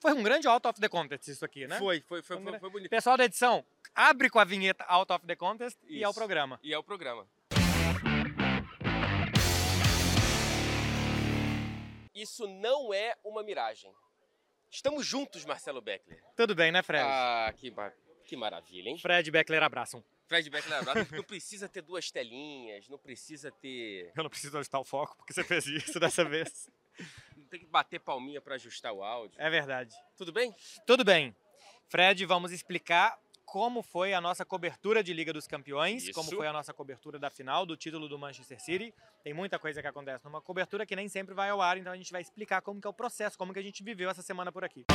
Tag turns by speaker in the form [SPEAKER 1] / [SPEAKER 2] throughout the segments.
[SPEAKER 1] Foi um grande out of the contest isso aqui, né?
[SPEAKER 2] Foi, foi, foi,
[SPEAKER 1] Um
[SPEAKER 2] foi,
[SPEAKER 1] gra-
[SPEAKER 2] foi bonito.
[SPEAKER 1] Pessoal da edição, abre com a vinheta out of the contest e é o
[SPEAKER 2] Isso.
[SPEAKER 1] programa.
[SPEAKER 2] E é o programa. Isso não é uma miragem. Estamos juntos, Marcelo Beckler.
[SPEAKER 1] Tudo bem, né, Fred?
[SPEAKER 2] Ah, que, ma- que maravilha, hein?
[SPEAKER 1] Fred e Beckler abraçam.
[SPEAKER 2] Fred
[SPEAKER 1] é um
[SPEAKER 2] Beckler abraço. Não precisa ter duas telinhas, não precisa ter.
[SPEAKER 1] Eu não preciso ajustar o foco porque você fez isso dessa vez.
[SPEAKER 2] Não tem que bater palminha para ajustar o áudio.
[SPEAKER 1] É verdade.
[SPEAKER 2] Tudo bem?
[SPEAKER 1] Tudo bem. Fred, vamos explicar como foi a nossa cobertura de Liga dos Campeões,
[SPEAKER 2] Isso.
[SPEAKER 1] como foi a nossa cobertura da final do título do Manchester City. Tem muita coisa que acontece numa cobertura que nem sempre vai ao ar, então a gente vai explicar como que é o processo, como que a gente viveu essa semana por aqui.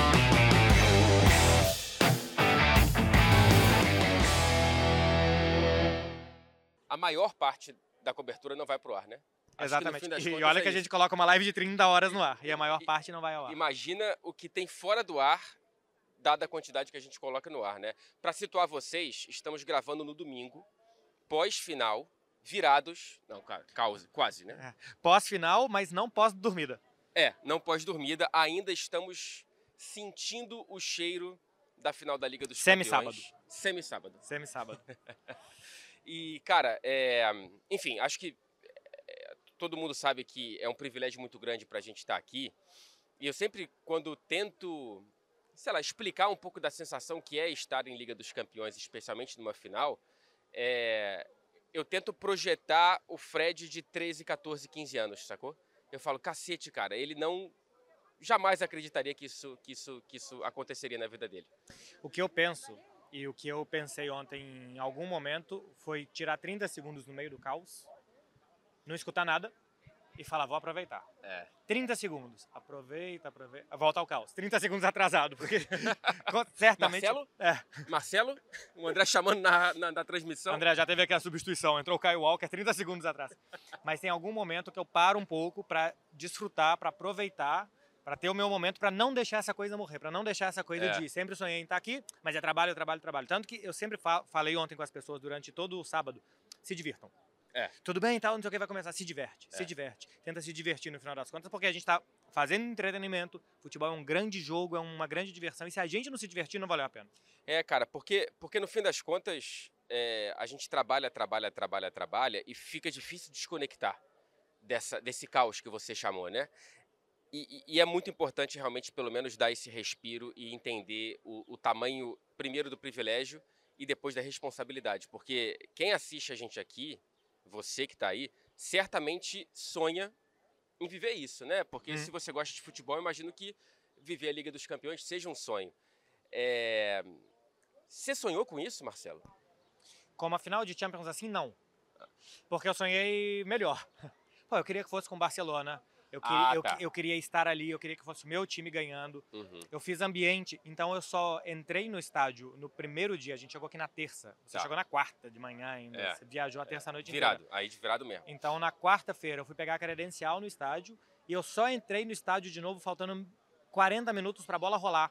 [SPEAKER 2] A maior parte da cobertura não vai pro ar, né? Acho que no
[SPEAKER 1] Exatamente.
[SPEAKER 2] fim das
[SPEAKER 1] e
[SPEAKER 2] contas
[SPEAKER 1] olha
[SPEAKER 2] é
[SPEAKER 1] que a
[SPEAKER 2] isso.
[SPEAKER 1] gente coloca uma live de 30 horas no ar, e a maior
[SPEAKER 2] e-
[SPEAKER 1] parte não vai ao ar.
[SPEAKER 2] Imagina o que tem fora do ar, dada a quantidade que a gente coloca no ar, né? Para situar vocês, estamos gravando no domingo, pós-final, virados. Não, ca- cause- quase, né?
[SPEAKER 1] Pós-final, mas não pós-dormida.
[SPEAKER 2] É, não pós-dormida, ainda estamos sentindo o cheiro da final da Liga dos
[SPEAKER 1] Semi-sábado.
[SPEAKER 2] Campeões. Semi-sábado.
[SPEAKER 1] Semi-sábado.
[SPEAKER 2] E, cara, é, enfim, acho que é, todo mundo sabe que é um privilégio muito grande para a gente estar aqui. E eu sempre, quando tento, sei lá, explicar um pouco da sensação que é estar em Liga dos Campeões, especialmente numa final, é, eu tento projetar o Fred de 13, 14, 15 anos, sacou? Eu falo, cacete, cara, ele não. Jamais acreditaria que isso, que isso, que isso aconteceria na vida dele.
[SPEAKER 1] O que eu penso e o que eu pensei ontem em algum momento foi tirar 30 segundos no meio do caos, não escutar nada e falar, vou aproveitar.
[SPEAKER 2] É.
[SPEAKER 1] 30 segundos, aproveita, aproveita, volta ao caos. 30 segundos atrasado, porque com- certamente...
[SPEAKER 2] Marcelo?
[SPEAKER 1] É,
[SPEAKER 2] Marcelo, o André chamando na, na, na transmissão.
[SPEAKER 1] André, já teve aqui a substituição, entrou o Kyle Walker 30 segundos atrás. Mas tem algum momento que eu paro um pouco para desfrutar, para aproveitar, para ter o meu momento, para não deixar essa coisa morrer, para não deixar essa coisa
[SPEAKER 2] É.
[SPEAKER 1] de sempre sonhei em estar aqui, mas é trabalho, trabalho, trabalho. Tanto que eu sempre fa- falei ontem com as pessoas durante todo o sábado, se divirtam.
[SPEAKER 2] É.
[SPEAKER 1] Tudo bem e tal, não sei o que vai começar, se diverte,
[SPEAKER 2] É.
[SPEAKER 1] se diverte. Tenta se divertir no final das contas, porque a gente tá fazendo entretenimento, futebol é um grande jogo, é uma grande diversão, e se a gente não se divertir, não valeu a pena.
[SPEAKER 2] É, cara, porque, porque no fim das contas, é, a gente trabalha, trabalha, trabalha, trabalha e fica difícil desconectar dessa, desse caos que você chamou, né? E, e- e é muito importante realmente, pelo menos, dar esse respiro e entender o, o tamanho, primeiro, do privilégio e depois da responsabilidade. Porque quem assiste a gente aqui, você que tá aí, certamente sonha em viver isso, né? Porque
[SPEAKER 1] Uhum.
[SPEAKER 2] se você gosta de futebol, eu imagino que viver a Liga dos Campeões seja um sonho. É, Você sonhou com isso, Marcelo?
[SPEAKER 1] Como a final de Champions assim, não. Porque eu sonhei melhor. Pô, eu queria que fosse com Barcelona. Eu queria,
[SPEAKER 2] Ah,
[SPEAKER 1] eu,
[SPEAKER 2] tá.
[SPEAKER 1] eu queria estar ali, eu queria que fosse o meu time ganhando.
[SPEAKER 2] Uhum.
[SPEAKER 1] Eu fiz ambiente, então eu só entrei no estádio no primeiro dia. A gente chegou aqui na terça. Você
[SPEAKER 2] Tá.
[SPEAKER 1] chegou na quarta de manhã ainda.
[SPEAKER 2] É.
[SPEAKER 1] Você viajou a terça-noite inteira.
[SPEAKER 2] Virado, aí de virado mesmo.
[SPEAKER 1] Então, na quarta-feira, eu fui pegar a credencial no estádio e eu só entrei no estádio de novo faltando 40 minutos para a bola rolar.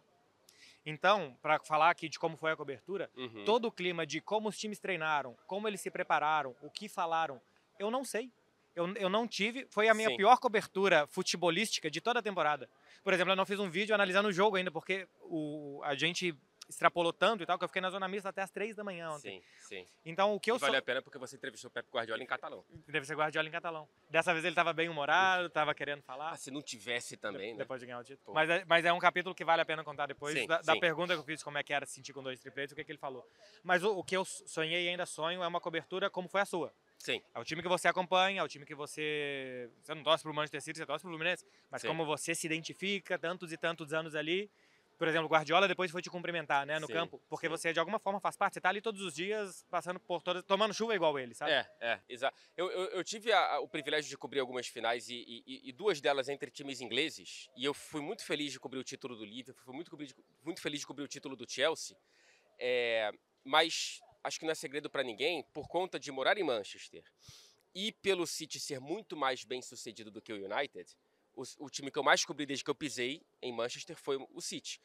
[SPEAKER 1] Então, para falar aqui de como foi a cobertura,
[SPEAKER 2] Uhum.
[SPEAKER 1] todo o clima de como os times treinaram, como eles se prepararam, o que falaram, eu não sei. Eu, eu não tive, foi a minha
[SPEAKER 2] Sim.
[SPEAKER 1] pior cobertura futebolística de toda a temporada. Por exemplo, eu não fiz um vídeo analisando o jogo ainda, porque o, a gente extrapolou tanto e tal, que eu fiquei na zona mista até as três da manhã ontem.
[SPEAKER 2] Sim, sim.
[SPEAKER 1] Então, o que eu
[SPEAKER 2] E vale
[SPEAKER 1] sou...
[SPEAKER 2] a pena porque você entrevistou o Pepe Guardiola em catalão.
[SPEAKER 1] Deve ser Guardiola em catalão. Dessa vez ele estava bem humorado, estava querendo
[SPEAKER 2] Ah,
[SPEAKER 1] falar.
[SPEAKER 2] se não tivesse
[SPEAKER 1] de-
[SPEAKER 2] também, né?
[SPEAKER 1] Depois de ganhar o título.
[SPEAKER 2] Pô.
[SPEAKER 1] Mas é, mas é um capítulo que vale a pena contar depois.
[SPEAKER 2] Sim,
[SPEAKER 1] da, da
[SPEAKER 2] sim.
[SPEAKER 1] pergunta que eu fiz, como é que era se sentir com dois tripletes, o que, que ele falou. Mas o, o que eu sonhei e ainda sonho é uma cobertura como foi a sua.
[SPEAKER 2] Sim,
[SPEAKER 1] É o time que você acompanha, é o time que você. Você não torce pro Manchester City, você torce pro Fluminense. Mas
[SPEAKER 2] Sim.
[SPEAKER 1] como você se identifica tantos e tantos anos ali. Por exemplo, o Guardiola depois foi te cumprimentar, né, no
[SPEAKER 2] Sim,
[SPEAKER 1] campo. Porque
[SPEAKER 2] sim.
[SPEAKER 1] você, de alguma forma, faz parte. Você tá ali todos os dias, passando por todas. tomando chuva igual ele, sabe?
[SPEAKER 2] é, é, exato. Eu, eu, eu tive a- a- o privilégio de cobrir algumas finais e, e- e- e duas delas entre times ingleses. E eu fui muito feliz de cobrir o título do Liverpool, fui muito, cobrir de- muito feliz de cobrir o título do Chelsea. É, mas acho que não é segredo para ninguém, por conta de morar em Manchester e pelo City ser muito mais bem sucedido do que o United, o, o time que eu mais cobri desde que eu pisei em Manchester foi o City.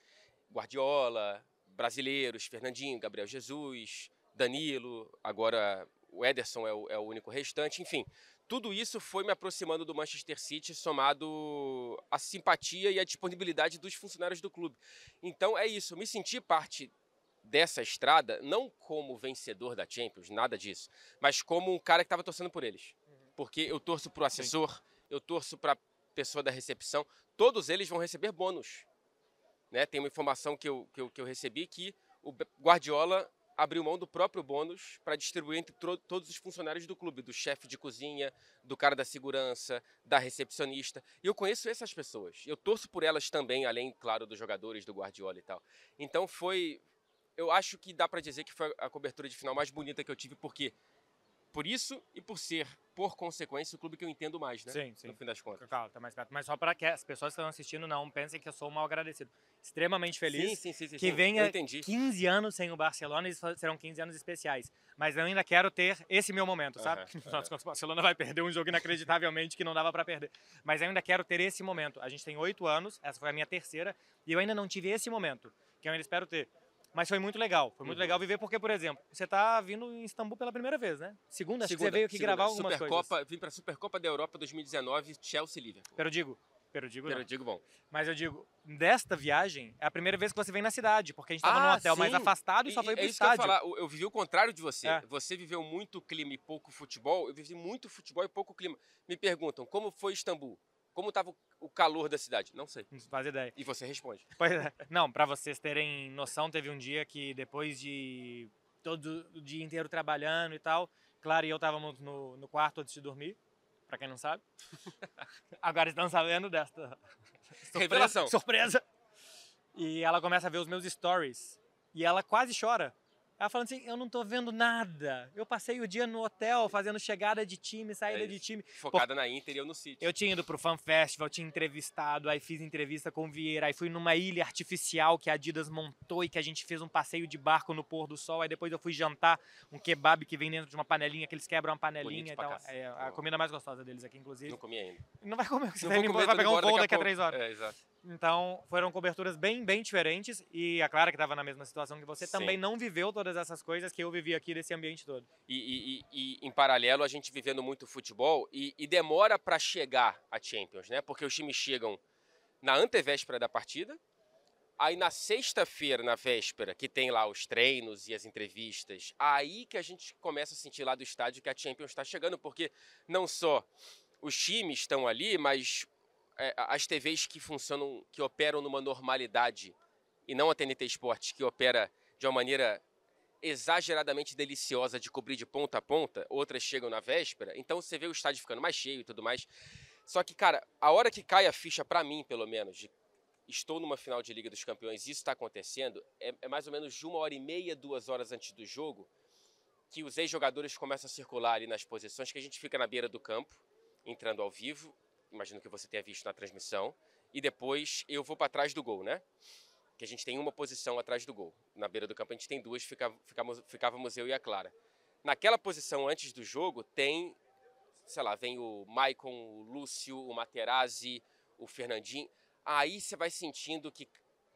[SPEAKER 2] Guardiola, brasileiros, Fernandinho, Gabriel Jesus, Danilo, agora o Ederson é o, é o único restante, enfim. tudo isso foi me aproximando do Manchester City, somado à simpatia e à disponibilidade dos funcionários do clube. Então é isso, eu me senti parte dessa estrada, não como vencedor da Champions, nada disso, mas como um cara que estava torcendo por eles. Porque eu torço para o assessor, eu torço para a pessoa da recepção, todos eles vão receber bônus. Né? Tem uma informação que eu, que eu, que eu recebi que o Guardiola abriu mão do próprio bônus para distribuir entre tro- todos os funcionários do clube, do chefe de cozinha, do cara da segurança, da recepcionista. E eu conheço essas pessoas. Eu torço por elas também, além, claro, dos jogadores, do Guardiola e tal. Então foi. Eu acho que dá para dizer que foi a cobertura de final mais bonita que eu tive, porque. Por isso e por ser, por consequência, o clube que eu entendo mais, né?
[SPEAKER 1] Sim, sim.
[SPEAKER 2] No fim das contas.
[SPEAKER 1] Claro, tá mais perto. Mas só para que as pessoas que estão assistindo não pensem que eu sou mal agradecido. Extremamente feliz.
[SPEAKER 2] Sim, sim, sim, sim,
[SPEAKER 1] que
[SPEAKER 2] sim.
[SPEAKER 1] venha
[SPEAKER 2] Eu entendi.
[SPEAKER 1] 15 anos sem o Barcelona e isso serão 15 anos especiais. Mas eu ainda quero ter esse meu momento, sabe?
[SPEAKER 2] Aham,
[SPEAKER 1] Afinal
[SPEAKER 2] aham.
[SPEAKER 1] de contas, o Barcelona vai perder um jogo inacreditavelmente que não dava para perder. Mas eu ainda quero ter esse momento. A gente tem oito anos, essa foi a minha terceira, e eu ainda não tive esse momento, que eu ainda espero ter. Mas foi muito legal, foi muito
[SPEAKER 2] Uhum.
[SPEAKER 1] legal viver, porque, por exemplo, você tá vindo em Istambul pela primeira vez, né? Segunda, acho que você veio aqui gravar algumas
[SPEAKER 2] Supercopa,
[SPEAKER 1] coisas.
[SPEAKER 2] Vim para a Supercopa da Europa 2019, Chelsea e Liverpool.
[SPEAKER 1] Pero digo, pero digo não.
[SPEAKER 2] Pero digo bom.
[SPEAKER 1] Mas eu digo, desta viagem, é a primeira vez que você vem na cidade, porque a gente tava
[SPEAKER 2] Ah,
[SPEAKER 1] num hotel mais
[SPEAKER 2] sim.
[SPEAKER 1] afastado e só
[SPEAKER 2] E-
[SPEAKER 1] veio
[SPEAKER 2] é
[SPEAKER 1] pro
[SPEAKER 2] isso que eu ia
[SPEAKER 1] estádio.
[SPEAKER 2] falar. Eu, eu vivi o contrário de você.
[SPEAKER 1] É.
[SPEAKER 2] Você viveu muito clima e pouco futebol. Eu vivi muito futebol e pouco clima. Me perguntam, como foi Istambul? Como estava o calor da cidade? Não sei.
[SPEAKER 1] Não faz ideia.
[SPEAKER 2] E você responde.
[SPEAKER 1] Pois é. Não, pra vocês terem noção, teve um dia que depois de todo o dia inteiro trabalhando e tal, Clara e eu estávamos no, no quarto antes de dormir, pra quem não sabe. Agora estão sabendo desta surpresa-
[SPEAKER 2] Revelação.
[SPEAKER 1] Surpresa! E ela começa a ver os meus stories e ela quase chora. Ela falando assim, eu não tô vendo nada. Eu passei o dia no hotel fazendo chegada de time, saída
[SPEAKER 2] É
[SPEAKER 1] de
[SPEAKER 2] isso.
[SPEAKER 1] time.
[SPEAKER 2] Focada na Inter e eu no City.
[SPEAKER 1] Eu tinha ido pro Fan Festival, tinha entrevistado, aí fiz entrevista com o Vieira, aí fui numa ilha artificial que a Adidas montou e que a gente fez um passeio de barco no pôr do sol, aí depois eu fui jantar um kebab que vem dentro de uma panelinha, que eles quebram uma panelinha
[SPEAKER 2] Bonito
[SPEAKER 1] e
[SPEAKER 2] pra
[SPEAKER 1] tal.
[SPEAKER 2] cacete.
[SPEAKER 1] É a
[SPEAKER 2] Boa.
[SPEAKER 1] comida mais gostosa deles aqui, inclusive.
[SPEAKER 2] Não comi ainda.
[SPEAKER 1] Não vai comer, você
[SPEAKER 2] Não
[SPEAKER 1] vai,
[SPEAKER 2] vou
[SPEAKER 1] indo
[SPEAKER 2] comer,
[SPEAKER 1] embora, vai
[SPEAKER 2] tô indo
[SPEAKER 1] pegar um
[SPEAKER 2] embora
[SPEAKER 1] voo daqui a
[SPEAKER 2] pouco.
[SPEAKER 1] três horas.
[SPEAKER 2] É, exato.
[SPEAKER 1] Então, foram coberturas bem, bem diferentes e a Clara, que estava na mesma situação que você,
[SPEAKER 2] Sim.
[SPEAKER 1] também não viveu todas essas coisas que eu vivi aqui desse ambiente todo.
[SPEAKER 2] E, e- e- e, em paralelo, a gente vivendo muito futebol e, e demora para chegar a Champions, né? Porque os times chegam na antevéspera da partida, aí na sexta-feira, na véspera, que tem lá os treinos e as entrevistas, aí que a gente começa a sentir lá do estádio que a Champions está chegando, porque não só os times estão ali, mas é, a- as TVs que funcionam, que operam numa normalidade, e não a TNT Esporte, que opera de uma maneira exageradamente deliciosa de cobrir de ponta a ponta, outras chegam na véspera, então você vê o estádio ficando mais cheio e tudo mais. Só que, cara, a hora que cai a ficha, pra mim, pelo menos, de estou numa final de Liga dos Campeões e isso está acontecendo, é, é mais ou menos de uma hora e meia, duas horas antes do jogo, que os ex-jogadores começam a circular ali nas posições, que a gente fica na beira do campo, entrando ao vivo, imagino que você tenha visto na transmissão, e depois eu vou pra trás do gol, né? que a gente tem uma posição atrás do gol. Na beira do campo a gente tem duas, fica- ficamos- ficávamos eu e a Clara. Naquela posição antes do jogo tem, sei lá, vem o Maicon, o Lúcio, o Materazzi, o Fernandinho. Aí você vai sentindo que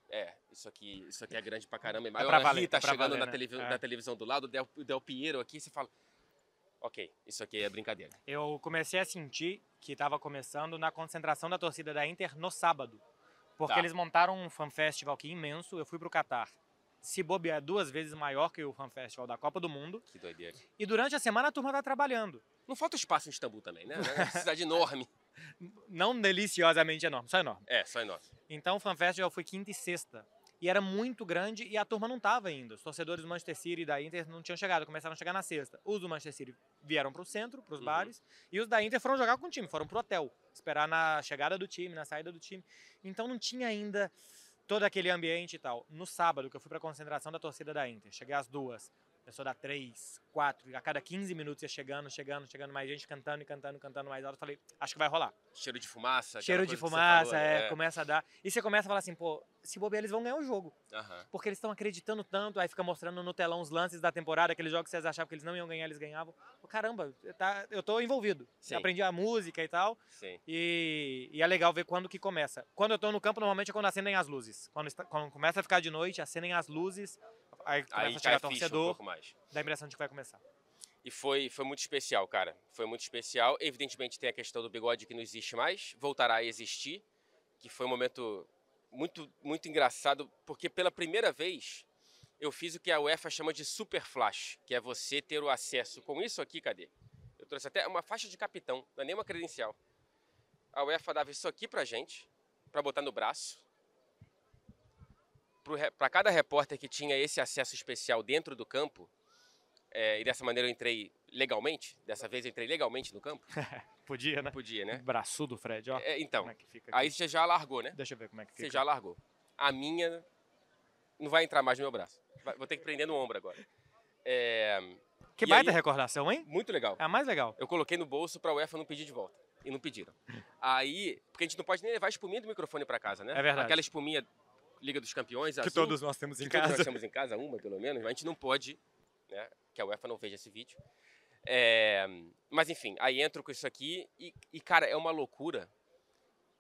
[SPEAKER 2] é, isso aqui, isso aqui é grande pra caramba. Mas
[SPEAKER 1] pra
[SPEAKER 2] o
[SPEAKER 1] valer,
[SPEAKER 2] Ravi tá
[SPEAKER 1] é pra
[SPEAKER 2] chegando
[SPEAKER 1] valer,
[SPEAKER 2] na,
[SPEAKER 1] né?
[SPEAKER 2] televi-
[SPEAKER 1] É.
[SPEAKER 2] na televisão do lado, o Del, o Del Piero aqui, você fala, OK, isso aqui é brincadeira.
[SPEAKER 1] Eu comecei a sentir que estava começando na concentração da torcida da Inter no sábado. Porque
[SPEAKER 2] Tá.
[SPEAKER 1] eles montaram um fan festival aqui imenso, eu fui pro Catar. Se bobear, duas vezes maior que o fan festival da Copa do Mundo.
[SPEAKER 2] Que doideira.
[SPEAKER 1] E durante a semana a turma tá trabalhando.
[SPEAKER 2] Não falta espaço em Istambul também, né? É uma cidade enorme.
[SPEAKER 1] Não deliciosamente enorme, só enorme.
[SPEAKER 2] É, só enorme.
[SPEAKER 1] Então o fan festival foi quinta e sexta. E era muito grande e a turma não tava ainda. Os torcedores do Manchester City e da Inter não tinham chegado, começaram a chegar na sexta. Os do Manchester City vieram pro centro, pros
[SPEAKER 2] Uhum.
[SPEAKER 1] bares, e os da Inter foram jogar com o time, foram pro hotel, esperar na chegada do time, na saída do time. Então não tinha ainda todo aquele ambiente e tal. No sábado, que eu fui pra concentração da torcida da Inter, cheguei às duas, pessoa da três, quatro, e a cada 15 minutos ia chegando, chegando, chegando, mais gente cantando e cantando, cantando mais alto. Eu Falei, acho que vai rolar.
[SPEAKER 2] Cheiro de fumaça. aquela
[SPEAKER 1] Cheiro de
[SPEAKER 2] coisa que você
[SPEAKER 1] fumaça,
[SPEAKER 2] falou,
[SPEAKER 1] é,
[SPEAKER 2] né?
[SPEAKER 1] começa a dar. E você começa a falar assim, pô, se bobear, eles vão ganhar o jogo.
[SPEAKER 2] Aham.
[SPEAKER 1] Porque eles estão acreditando tanto, aí fica mostrando no telão os lances da temporada, aqueles jogos que vocês achavam que eles não iam ganhar, eles ganhavam. Pô, caramba, tá- eu tô envolvido.
[SPEAKER 2] Sim.
[SPEAKER 1] Aprendi a música e tal.
[SPEAKER 2] Sim.
[SPEAKER 1] E, e é legal ver quando que começa. Quando eu tô no campo, normalmente é quando acendem as luzes. Quando, está- quando começa a ficar de noite, acendem as luzes, aí começa
[SPEAKER 2] Aí
[SPEAKER 1] a
[SPEAKER 2] cai
[SPEAKER 1] chegar
[SPEAKER 2] a ficha um
[SPEAKER 1] torcedor,
[SPEAKER 2] pouco mais.
[SPEAKER 1] dá a impressão de que vai começar.
[SPEAKER 2] E foi, foi muito especial, cara. Foi muito especial. Evidentemente tem a questão do bigode que não existe mais, voltará a existir, que foi um momento muito, muito engraçado, porque pela primeira vez eu fiz o que a UEFA chama de super flash, que é você ter o acesso com isso aqui, cadê? Eu trouxe até uma faixa de capitão, não é nem uma credencial. A UEFA dava isso aqui pra gente, pra botar no braço. Pro re- Pra cada repórter que tinha esse acesso especial dentro do campo, é, e dessa maneira eu entrei legalmente, dessa vez eu entrei legalmente no campo,
[SPEAKER 1] Podia, né?
[SPEAKER 2] podia, né?
[SPEAKER 1] Braço do Fred, ó.
[SPEAKER 2] É,
[SPEAKER 1] Como
[SPEAKER 2] então,
[SPEAKER 1] é que fica aqui.
[SPEAKER 2] aí você já largou, né?
[SPEAKER 1] Deixa eu ver como é que
[SPEAKER 2] Você
[SPEAKER 1] fica.
[SPEAKER 2] já largou. A minha não vai entrar mais no meu braço. Vai- Vou ter que prender no ombro agora. É,
[SPEAKER 1] Que
[SPEAKER 2] E
[SPEAKER 1] baita
[SPEAKER 2] aí-
[SPEAKER 1] recordação, hein?
[SPEAKER 2] muito legal.
[SPEAKER 1] É a mais legal.
[SPEAKER 2] Eu coloquei no bolso pra UEFA não pedir de volta. E não pediram. Aí, porque a gente não pode nem levar a espuminha do microfone pra casa, né?
[SPEAKER 1] É verdade.
[SPEAKER 2] Aquela espuminha Liga dos Campeões,
[SPEAKER 1] Que
[SPEAKER 2] azul,
[SPEAKER 1] todos nós temos em
[SPEAKER 2] que todos
[SPEAKER 1] casa.
[SPEAKER 2] nós temos em casa, uma pelo menos, mas a gente não pode, né? Que a UEFA não veja esse vídeo. É, mas enfim, aí entro com isso aqui e, e, cara, é uma loucura,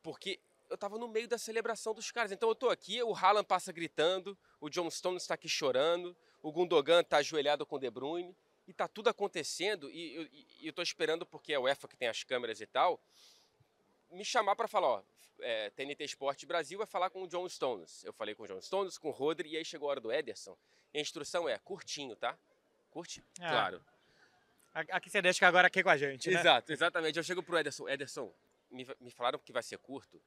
[SPEAKER 2] porque eu tava no meio da celebração dos caras. Então eu tô aqui, o Haaland passa gritando, o John Stones está aqui chorando, o Gundogan tá ajoelhado com o De Bruyne, e tá tudo acontecendo, e, eu- e- e eu tô esperando, porque é a UEFA que tem as câmeras e tal, me chamar para falar, ó, é, TNT Esporte Brasil vai falar com o John Stones. Eu falei com o John Stones, com o Rodri, e aí chegou a hora do Ederson. E a instrução é curtinho, tá? Curte?
[SPEAKER 1] Ah,
[SPEAKER 2] Claro.
[SPEAKER 1] A- Aqui você deixa que agora aqui com a gente, né?
[SPEAKER 2] Exato, exatamente. Eu chego pro Ederson, Ederson, me, me falaram que vai ser curto.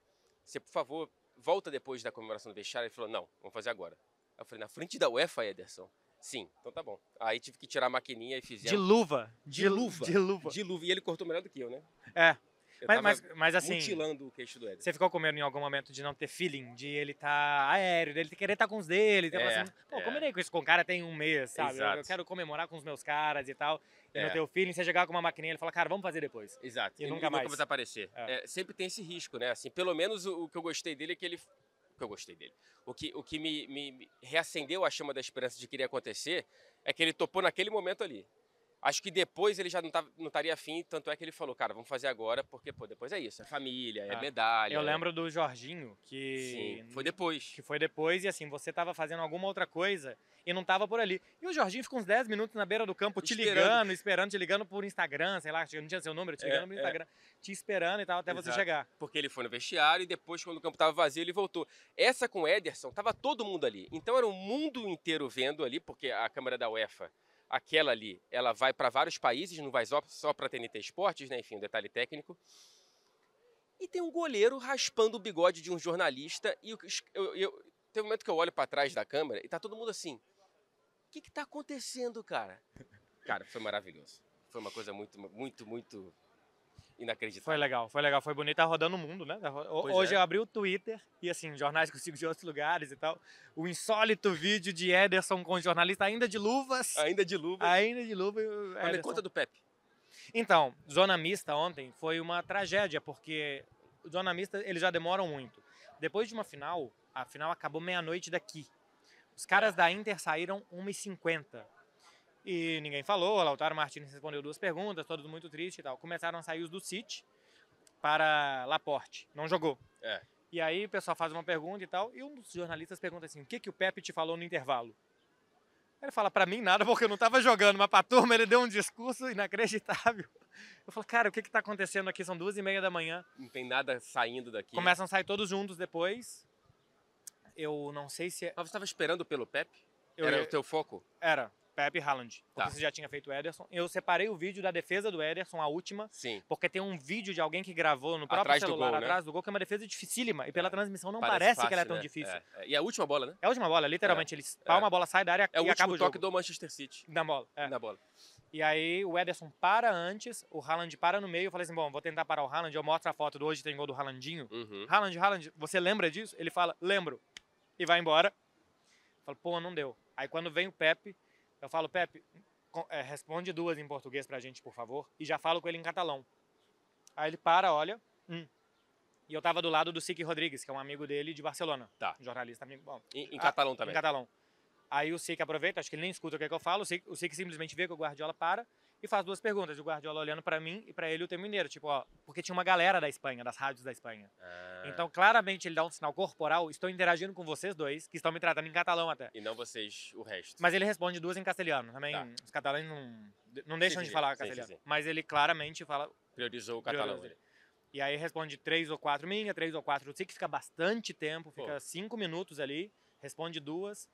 [SPEAKER 2] Você, por favor, volta depois da comemoração do vestiário. Ele falou, não, vamos fazer agora. Eu falei, na frente da UEFA, Ederson? Sim, então tá bom. Aí tive que tirar a maquininha e
[SPEAKER 1] De
[SPEAKER 2] fizemos.
[SPEAKER 1] luva.
[SPEAKER 2] De luva.
[SPEAKER 1] De luva.
[SPEAKER 2] De luva. E ele cortou melhor do que eu, né?
[SPEAKER 1] É.
[SPEAKER 2] Eu
[SPEAKER 1] Mas,
[SPEAKER 2] tava
[SPEAKER 1] mas, mas assim,
[SPEAKER 2] mutilando o queixo do Ederson.
[SPEAKER 1] você ficou com medo em algum momento de não ter feeling, de ele tá aéreo, dele querer estar com os dele.
[SPEAKER 2] É,
[SPEAKER 1] É, assim, Pô,
[SPEAKER 2] é.
[SPEAKER 1] combinei com isso com o cara tem um mês, sabe? Eu- Eu,
[SPEAKER 2] Exato.
[SPEAKER 1] quero comemorar com os meus caras e tal. E
[SPEAKER 2] É.
[SPEAKER 1] não ter o feeling, você chegar com uma maquininha ele fala, cara, vamos fazer depois.
[SPEAKER 2] Exato.
[SPEAKER 1] E nunca mais.
[SPEAKER 2] aparecer. É, sempre tem esse risco, né? Assim, pelo menos o, o que eu gostei dele é que ele. O que eu gostei dele. O que, o que me, me- me reacendeu a chama da esperança de que iria acontecer é que ele topou naquele momento ali. Acho que depois ele já não, tava, não estaria afim, tanto é que ele falou, cara, vamos fazer agora, porque, pô, depois é isso, é família, é
[SPEAKER 1] Ah,
[SPEAKER 2] medalha.
[SPEAKER 1] Eu
[SPEAKER 2] é-
[SPEAKER 1] lembro do Jorginho, que...
[SPEAKER 2] Sim, foi depois.
[SPEAKER 1] que foi depois, e assim, você tava fazendo alguma outra coisa e não tava por ali. E o Jorginho ficou uns 10 minutos na beira do campo te
[SPEAKER 2] Esperando.
[SPEAKER 1] ligando, esperando, te ligando por Instagram, sei lá, não tinha seu número, te
[SPEAKER 2] É,
[SPEAKER 1] ligando por
[SPEAKER 2] é.
[SPEAKER 1] Instagram, te esperando e tal, até você
[SPEAKER 2] Exato.
[SPEAKER 1] chegar.
[SPEAKER 2] porque ele foi no vestiário e depois, quando o campo estava vazio, ele voltou. Essa com o Ederson, tava todo mundo ali. Então era o mundo inteiro vendo ali, porque a câmera da UEFA, aquela ali, ela vai para vários países, não vai só, só para TNT Esportes, né? Enfim, um detalhe técnico. E tem um goleiro raspando o bigode de um jornalista e os- eu, eu- tem um momento que eu olho para trás da câmera e tá todo mundo assim: "O que que tá acontecendo, cara?" Cara, foi maravilhoso. Foi uma coisa muito muito muito inacreditável.
[SPEAKER 1] Foi legal, foi legal, foi bonito, tá rodando o mundo, né? Tá ro-
[SPEAKER 2] Pois
[SPEAKER 1] Hoje
[SPEAKER 2] é.
[SPEAKER 1] eu abri o Twitter e assim, jornais consigo de outros lugares e tal. O insólito vídeo de Ederson com o jornalista ainda de luvas.
[SPEAKER 2] Ainda de luva.
[SPEAKER 1] Ainda de luva. e o
[SPEAKER 2] Mas me
[SPEAKER 1] Ederson.
[SPEAKER 2] conta do Pepe.
[SPEAKER 1] Então, zona mista ontem foi uma tragédia, porque zona mista eles já demoram muito. Depois de uma final, a final acabou meia-noite daqui. Os caras da Inter saíram 1h50. E ninguém falou, a Lautaro Martins respondeu duas perguntas, todo mundo muito triste e tal. Começaram a sair os do City para Laporte. Não jogou.
[SPEAKER 2] É.
[SPEAKER 1] E aí o pessoal faz uma pergunta e tal, e um dos jornalistas pergunta assim, o que, que o Pepe te falou no intervalo? Ele fala, pra mim nada, porque eu não tava jogando, mas pra turma ele deu um discurso inacreditável. Eu falo, cara, o que que tá acontecendo aqui? São duas e meia da manhã.
[SPEAKER 2] Não tem nada saindo daqui.
[SPEAKER 1] Começam a sair todos juntos depois. Eu não sei se... é-
[SPEAKER 2] Mas você estava esperando pelo Pepe?
[SPEAKER 1] Eu
[SPEAKER 2] Era
[SPEAKER 1] ia-
[SPEAKER 2] o teu foco?
[SPEAKER 1] Era, Pepe e Haaland. Porque
[SPEAKER 2] Tá.
[SPEAKER 1] você já tinha feito o Ederson. Eu separei o vídeo da defesa do Ederson, a última,
[SPEAKER 2] Sim.
[SPEAKER 1] porque tem um vídeo de alguém que gravou no próprio
[SPEAKER 2] Atrás do
[SPEAKER 1] celular,
[SPEAKER 2] gol, né?
[SPEAKER 1] atrás do gol, que é uma defesa dificílima. E pela
[SPEAKER 2] É.
[SPEAKER 1] transmissão não parece, que ela é
[SPEAKER 2] fácil,
[SPEAKER 1] tão
[SPEAKER 2] né?
[SPEAKER 1] difícil. É.
[SPEAKER 2] É, é. E a última bola, né?
[SPEAKER 1] a última bola, literalmente. Ele palma a bola, sai da área
[SPEAKER 2] É o
[SPEAKER 1] e acaba
[SPEAKER 2] último
[SPEAKER 1] o jogo.
[SPEAKER 2] toque do Manchester City
[SPEAKER 1] Na bola, é.
[SPEAKER 2] na bola.
[SPEAKER 1] E aí o Ederson para antes, o Haaland para no meio. Eu falei assim, bom, vou tentar parar o Haaland. Eu mostro a foto do hoje tem gol do Haalandinho.
[SPEAKER 2] Uhum.
[SPEAKER 1] Haaland, Haaland, você lembra disso? Ele fala, lembro. E vai embora. Eu falo, pô, não deu. Aí quando vem o Pepe, eu falo, Pepe, con- é, responde duas em português pra gente, por favor. E já falo com ele em catalão. Aí ele para, olha. hum. E eu tava do lado do Siki Rodrigues, que é um amigo dele de Barcelona. um
[SPEAKER 2] Tá.
[SPEAKER 1] Jornalista, amigo bom
[SPEAKER 2] Em, em
[SPEAKER 1] Ah,
[SPEAKER 2] catalão
[SPEAKER 1] em
[SPEAKER 2] também.
[SPEAKER 1] catalão. Aí o Sique aproveita, acho que ele nem escuta o que, é que eu falo, o Sique, o Sique simplesmente vê que o Guardiola para e faço duas perguntas. E o Guardiola olhando para mim e para ele o tempo inteiro. Tipo, ó, porque tinha uma galera da Espanha, das rádios da Espanha.
[SPEAKER 2] Ah,
[SPEAKER 1] Então, claramente, ele dá um sinal corporal. Estou interagindo com vocês dois, que estão me tratando em catalão até.
[SPEAKER 2] E não vocês, o resto.
[SPEAKER 1] Mas ele responde duas em castelhano. Também
[SPEAKER 2] Tá.
[SPEAKER 1] os catalães não, não deixam
[SPEAKER 2] Sim,
[SPEAKER 1] de
[SPEAKER 2] sim,
[SPEAKER 1] falar
[SPEAKER 2] sim, sim,
[SPEAKER 1] castelhano.
[SPEAKER 2] sim.
[SPEAKER 1] Mas ele claramente fala
[SPEAKER 2] Priorizou o
[SPEAKER 1] catalão
[SPEAKER 2] catalão.
[SPEAKER 1] dele. E aí responde três ou quatro minha, três ou quatro do que fica bastante tempo,
[SPEAKER 2] Pô.
[SPEAKER 1] fica cinco minutos ali, responde duas.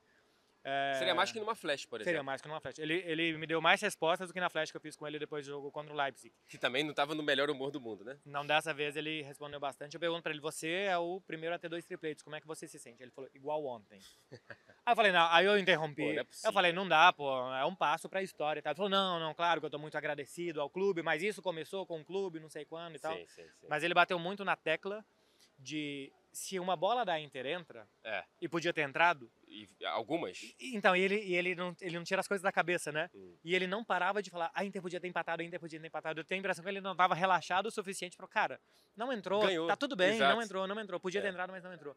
[SPEAKER 1] É,
[SPEAKER 2] Seria mais que numa flash, por
[SPEAKER 1] Seria
[SPEAKER 2] exemplo.
[SPEAKER 1] mais que numa flecha. Ele, ele me deu mais respostas do que na flecha que eu fiz com ele depois do jogo contra o Leipzig.
[SPEAKER 2] Que também não tava no melhor humor do mundo, né?
[SPEAKER 1] Não, dessa vez ele respondeu bastante. Eu pergunto pra ele, você é o primeiro a ter dois tripletes, como é que você se sente? Ele falou, igual ontem. aí eu falei, não, aí eu interrompi.
[SPEAKER 2] Pô, não é
[SPEAKER 1] eu
[SPEAKER 2] possível.
[SPEAKER 1] falei, não dá, pô, é um passo pra história e tal. Ele falou, não, não, claro que eu tô muito agradecido ao clube, mas isso começou com o clube, não sei quando e tal.
[SPEAKER 2] Sim, sim, sim.
[SPEAKER 1] Então, Mas ele bateu muito na tecla de se uma bola da Inter entra,
[SPEAKER 2] É.
[SPEAKER 1] e podia ter entrado,
[SPEAKER 2] E algumas?
[SPEAKER 1] e- então, e ele, e ele, não, ele não tira as coisas da cabeça, né?
[SPEAKER 2] Hum.
[SPEAKER 1] E ele não parava de falar, a Inter podia ter empatado, a Inter podia ter empatado. Eu tenho a impressão que ele não tava relaxado o suficiente para cara, não entrou,
[SPEAKER 2] Ganhou,
[SPEAKER 1] tá tudo bem, não
[SPEAKER 2] exato.
[SPEAKER 1] entrou, não entrou. Podia ter
[SPEAKER 2] É.
[SPEAKER 1] entrado, mas não entrou.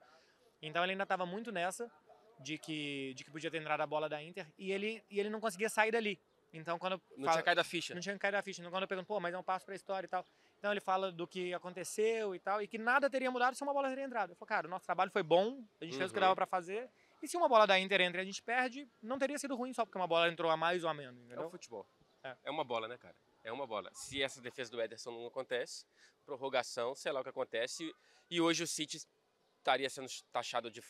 [SPEAKER 1] Então ele ainda tava muito nessa de que, de que podia ter entrado a bola da Inter e ele, e ele não conseguia sair dali. Então, quando eu
[SPEAKER 2] Não
[SPEAKER 1] falo-
[SPEAKER 2] tinha caído a ficha.
[SPEAKER 1] não tinha caído a ficha. Então, quando eu pergunto, pô, mas é um passo pra história e tal. Então ele fala do que aconteceu e tal, e que nada teria mudado se uma bola teria entrado. Eu falo, cara, o nosso trabalho foi bom, a gente fez o que
[SPEAKER 2] Uhum.
[SPEAKER 1] dava pra fazer. E se uma bola da Inter entra e a gente perde, não teria sido ruim só porque uma bola entrou a mais ou a menos,
[SPEAKER 2] É o
[SPEAKER 1] entendeu?
[SPEAKER 2] futebol.
[SPEAKER 1] É.
[SPEAKER 2] É. uma bola, né, cara? É uma bola. Se essa defesa do Ederson não acontece, prorrogação, sei lá o que acontece. E hoje o City estaria sendo taxado de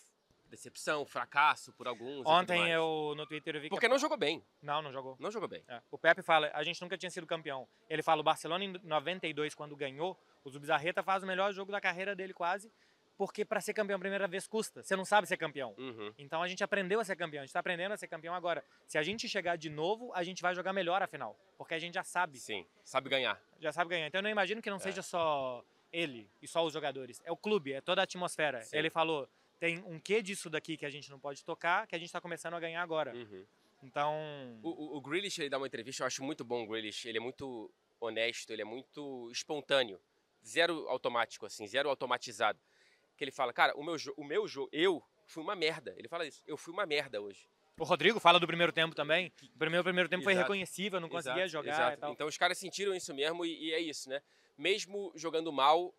[SPEAKER 2] decepção, fracasso por alguns. e tudo
[SPEAKER 1] Ontem
[SPEAKER 2] mais.
[SPEAKER 1] eu no Twitter eu vi
[SPEAKER 2] Porque
[SPEAKER 1] que.
[SPEAKER 2] não jogou bem.
[SPEAKER 1] Não, não jogou.
[SPEAKER 2] Não jogou bem.
[SPEAKER 1] É. O Pepe fala, a gente nunca tinha sido campeão. Ele fala, o Barcelona em 92, quando ganhou, o Zubizarreta faz o melhor jogo da carreira dele quase, porque pra ser campeão a primeira vez custa. Você não sabe ser campeão.
[SPEAKER 2] Uhum.
[SPEAKER 1] Então a gente aprendeu a ser campeão, a gente tá aprendendo a ser campeão agora. Se a gente chegar de novo, a gente vai jogar melhor a final, porque a gente já sabe,
[SPEAKER 2] Sim. Sabe ganhar.
[SPEAKER 1] já sabe ganhar. Então eu não imagino
[SPEAKER 2] É.
[SPEAKER 1] que não seja só ele e só os jogadores, é o clube, é toda a atmosfera.
[SPEAKER 2] Sim.
[SPEAKER 1] Ele falou, tem um quê disso daqui que a gente não pode tocar, que a gente tá começando a ganhar agora.
[SPEAKER 2] Uhum.
[SPEAKER 1] Então,
[SPEAKER 2] O, o, o Grealish, ele dá uma entrevista, eu acho muito bom o Grealish. Ele é muito honesto, ele é muito espontâneo. Zero automático, assim, zero automatizado. Que ele fala, cara, o meu jogo, o meu jogo, eu fui uma merda. Ele fala isso, eu fui uma merda hoje.
[SPEAKER 1] o Rodrigo fala do primeiro tempo também. O primeiro, o primeiro tempo foi
[SPEAKER 2] Exato.
[SPEAKER 1] reconhecível, não conseguia
[SPEAKER 2] Exato,
[SPEAKER 1] jogar
[SPEAKER 2] exato.
[SPEAKER 1] e tal.
[SPEAKER 2] Então os caras sentiram isso mesmo e, e é isso, né? Mesmo jogando mal,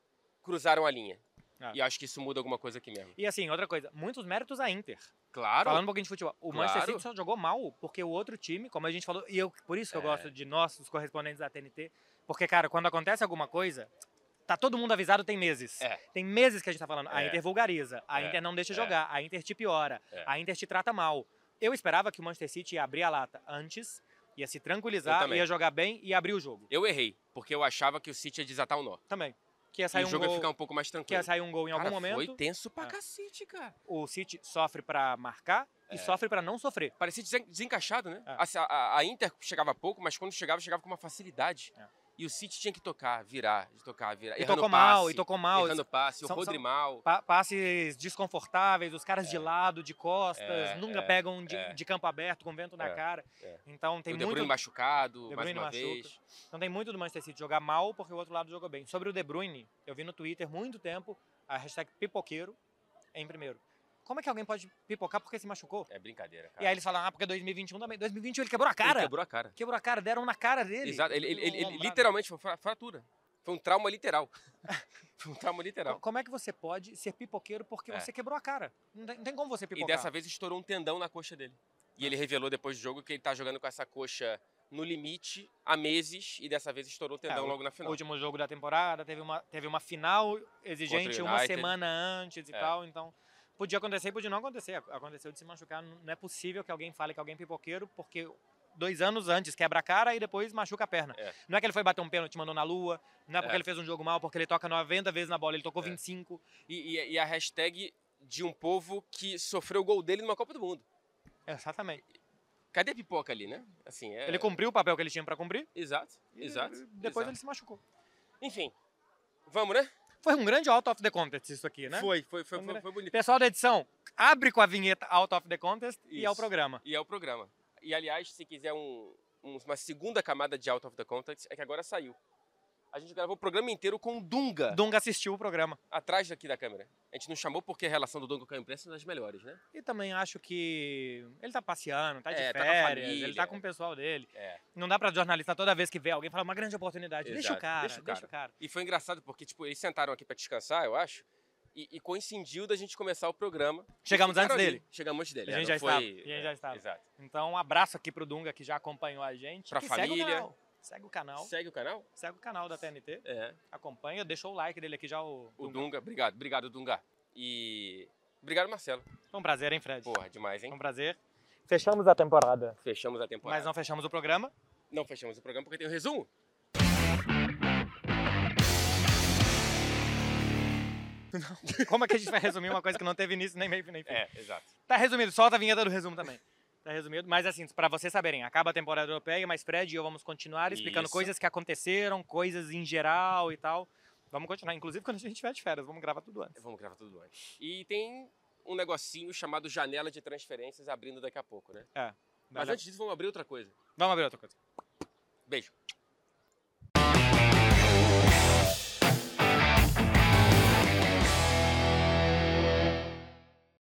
[SPEAKER 2] cruzaram a linha.
[SPEAKER 1] Ah.
[SPEAKER 2] E acho que isso muda alguma coisa aqui mesmo.
[SPEAKER 1] E assim, outra coisa, muitos méritos à Inter.
[SPEAKER 2] Claro.
[SPEAKER 1] Falando um pouquinho de futebol, o Manchester
[SPEAKER 2] Claro.
[SPEAKER 1] City só jogou mal porque o outro time, como a gente falou, e eu por isso que eu
[SPEAKER 2] É.
[SPEAKER 1] gosto de nós, os correspondentes da TNT, porque cara, quando acontece alguma coisa, tá todo mundo avisado tem meses.
[SPEAKER 2] É.
[SPEAKER 1] Tem meses que a gente tá falando, a
[SPEAKER 2] É.
[SPEAKER 1] Inter vulgariza, a
[SPEAKER 2] É.
[SPEAKER 1] Inter não deixa
[SPEAKER 2] É.
[SPEAKER 1] jogar, a Inter te piora,
[SPEAKER 2] É.
[SPEAKER 1] a Inter te trata mal. Eu esperava que o Manchester City ia abrir a lata antes, ia se
[SPEAKER 2] Eu
[SPEAKER 1] tranquilizar,
[SPEAKER 2] também.
[SPEAKER 1] ia jogar bem e abrir o jogo.
[SPEAKER 2] Eu errei, porque eu achava que o City ia desatar o nó.
[SPEAKER 1] Também. Que ia
[SPEAKER 2] E
[SPEAKER 1] sair
[SPEAKER 2] o
[SPEAKER 1] um
[SPEAKER 2] jogo ia
[SPEAKER 1] gol,
[SPEAKER 2] ficar um pouco mais
[SPEAKER 1] que
[SPEAKER 2] tranquilo.
[SPEAKER 1] ia sair um gol em algum
[SPEAKER 2] Cara,
[SPEAKER 1] momento.
[SPEAKER 2] foi tenso pra
[SPEAKER 1] É.
[SPEAKER 2] cacete, cara.
[SPEAKER 1] O City sofre pra marcar e
[SPEAKER 2] É.
[SPEAKER 1] sofre pra não sofrer.
[SPEAKER 2] Parecia desen- desencaixado, né?
[SPEAKER 1] É.
[SPEAKER 2] Assim, A, a- a Inter chegava pouco, mas quando chegava, chegava com uma facilidade.
[SPEAKER 1] É.
[SPEAKER 2] E o City tinha que tocar, virar, de tocar, virar.
[SPEAKER 1] E
[SPEAKER 2] Errando
[SPEAKER 1] tocou mal,
[SPEAKER 2] passe,
[SPEAKER 1] e tocou mal,
[SPEAKER 2] Errando passe,
[SPEAKER 1] são-
[SPEAKER 2] o Rodri
[SPEAKER 1] são-
[SPEAKER 2] mal.
[SPEAKER 1] Pa- passes desconfortáveis, os caras de lado, de costas,
[SPEAKER 2] É,
[SPEAKER 1] nunca
[SPEAKER 2] é,
[SPEAKER 1] pegam um de,
[SPEAKER 2] é.
[SPEAKER 1] de campo aberto, com vento na
[SPEAKER 2] É,
[SPEAKER 1] cara.
[SPEAKER 2] é.
[SPEAKER 1] Então tem
[SPEAKER 2] o De Bruyne
[SPEAKER 1] muito,
[SPEAKER 2] machucado,
[SPEAKER 1] De
[SPEAKER 2] mais
[SPEAKER 1] Bruyne
[SPEAKER 2] uma
[SPEAKER 1] machuca.
[SPEAKER 2] vez.
[SPEAKER 1] então tem muito do Manchester City jogar mal porque o outro lado jogou bem. Sobre o De Bruyne, eu vi no Twitter muito tempo a hashtag pipoqueiro em primeiro. Como é que alguém pode pipocar porque se machucou?
[SPEAKER 2] É brincadeira, cara.
[SPEAKER 1] E aí eles falam, ah, porque 2021 também. 2021 ele quebrou a
[SPEAKER 2] Ele
[SPEAKER 1] cara. Quebrou.
[SPEAKER 2] quebrou
[SPEAKER 1] a
[SPEAKER 2] a cara.
[SPEAKER 1] cara, deram na cara dele.
[SPEAKER 2] Exato. Ele, ele- ele- ele
[SPEAKER 1] Um lombrado.
[SPEAKER 2] literalmente foi fra- fratura. Foi um trauma literal. foi um trauma literal.
[SPEAKER 1] Como é que você pode ser pipoqueiro porque
[SPEAKER 2] É.
[SPEAKER 1] você quebrou a cara? Não tem, não tem como você
[SPEAKER 2] E
[SPEAKER 1] pipocar.
[SPEAKER 2] dessa vez estourou um tendão na coxa dele. E ele revelou depois do jogo que ele tá jogando com essa coxa no limite há meses e dessa vez estourou o tendão
[SPEAKER 1] o-
[SPEAKER 2] logo na
[SPEAKER 1] O
[SPEAKER 2] final.
[SPEAKER 1] último jogo da temporada, teve uma, teve uma final exigente
[SPEAKER 2] Contra o
[SPEAKER 1] uma
[SPEAKER 2] United.
[SPEAKER 1] semana antes e
[SPEAKER 2] É.
[SPEAKER 1] tal, então podia acontecer e podia não acontecer. Ac- Aconteceu de se machucar, n- não é possível que alguém fale que alguém é pipoqueiro, porque dois anos antes quebra a cara e depois machuca a perna.
[SPEAKER 2] É.
[SPEAKER 1] Não é que ele foi bater um pênalti, mandou na lua, não é porque
[SPEAKER 2] É.
[SPEAKER 1] ele fez um jogo mal, porque ele toca 90 vezes na bola, ele tocou
[SPEAKER 2] É.
[SPEAKER 1] 25.
[SPEAKER 2] E, e- e a hashtag de um povo que sofreu o gol dele numa Copa do Mundo.
[SPEAKER 1] É, Exatamente.
[SPEAKER 2] Cadê a pipoca ali, né? Assim, é...
[SPEAKER 1] Ele cumpriu o papel que ele tinha pra cumprir,
[SPEAKER 2] Exato,
[SPEAKER 1] e
[SPEAKER 2] exato.
[SPEAKER 1] depois
[SPEAKER 2] exato.
[SPEAKER 1] ele se machucou.
[SPEAKER 2] Enfim, vamos, né?
[SPEAKER 1] Foi um grande out of the contest isso aqui, né?
[SPEAKER 2] Foi, foi, foi,
[SPEAKER 1] Vamos, né?
[SPEAKER 2] foi, foi bonito.
[SPEAKER 1] Pessoal da edição, abre com a vinheta out of the contest e ao
[SPEAKER 2] Isso.
[SPEAKER 1] programa.
[SPEAKER 2] E é o programa. E aliás, se quiser um- um- uma segunda camada de Out of the Context, é que agora saiu. a gente gravou o programa inteiro com o Dunga
[SPEAKER 1] Dunga assistiu o programa.
[SPEAKER 2] atrás daqui da câmera. A gente não chamou porque a relação do Dunga com a imprensa é uma das melhores, né?
[SPEAKER 1] E também acho que ele tá passeando, tá de
[SPEAKER 2] É, tá com a
[SPEAKER 1] férias,
[SPEAKER 2] família,
[SPEAKER 1] ele tá
[SPEAKER 2] é.
[SPEAKER 1] com o pessoal dele.
[SPEAKER 2] É.
[SPEAKER 1] Não dá pra jornalista toda vez que vê alguém falar uma grande oportunidade. Deixa o
[SPEAKER 2] Exato,
[SPEAKER 1] cara,
[SPEAKER 2] deixa
[SPEAKER 1] deixa
[SPEAKER 2] o
[SPEAKER 1] o cara.
[SPEAKER 2] E foi engraçado porque, tipo, eles sentaram aqui pra descansar, eu acho, e, e coincidiu da gente começar o programa.
[SPEAKER 1] Chegamos
[SPEAKER 2] Ficaram
[SPEAKER 1] antes
[SPEAKER 2] ali.
[SPEAKER 1] dele.
[SPEAKER 2] Chegamos antes dele.
[SPEAKER 1] A gente
[SPEAKER 2] é,
[SPEAKER 1] já
[SPEAKER 2] não
[SPEAKER 1] estava,
[SPEAKER 2] foi-
[SPEAKER 1] a gente
[SPEAKER 2] é,
[SPEAKER 1] já estava.
[SPEAKER 2] Exato.
[SPEAKER 1] Então, um abraço aqui pro Dunga que já acompanhou a gente.
[SPEAKER 2] Pra
[SPEAKER 1] que
[SPEAKER 2] família.
[SPEAKER 1] Segue o canal. Segue o canal.
[SPEAKER 2] Segue o canal?
[SPEAKER 1] Segue o canal da TNT.
[SPEAKER 2] É.
[SPEAKER 1] Acompanha, deixou o like dele aqui já. O,
[SPEAKER 2] O Dunga,
[SPEAKER 1] Dunga.
[SPEAKER 2] obrigado. Obrigado, Dunga. E... Obrigado, Marcelo.
[SPEAKER 1] Foi um prazer, hein, Fred?
[SPEAKER 2] Porra, demais,
[SPEAKER 1] Foi
[SPEAKER 2] hein?
[SPEAKER 1] um prazer. Fechamos a temporada.
[SPEAKER 2] Fechamos a temporada.
[SPEAKER 1] Mas não fechamos o programa.
[SPEAKER 2] Não fechamos o programa porque tem o resumo.
[SPEAKER 1] Como é que a gente vai resumir uma coisa que não teve início, nem meio, nem fim?
[SPEAKER 2] É, exato.
[SPEAKER 1] Tá resumido, solta a vinheta do resumo também. Tá resumido, mas assim, pra vocês saberem, acaba a temporada europeia, mas Fred e eu vamos continuar explicando
[SPEAKER 2] Isso.
[SPEAKER 1] coisas que aconteceram, coisas em geral e tal. Vamos continuar, inclusive quando a gente tiver de férias, vamos gravar tudo antes.
[SPEAKER 2] Vamos gravar tudo antes. E tem um negocinho chamado janela de transferências abrindo daqui a pouco, né?
[SPEAKER 1] É.
[SPEAKER 2] Mas
[SPEAKER 1] Vai lá.
[SPEAKER 2] antes disso, vamos abrir outra coisa.
[SPEAKER 1] Vamos abrir outra coisa.
[SPEAKER 2] Beijo.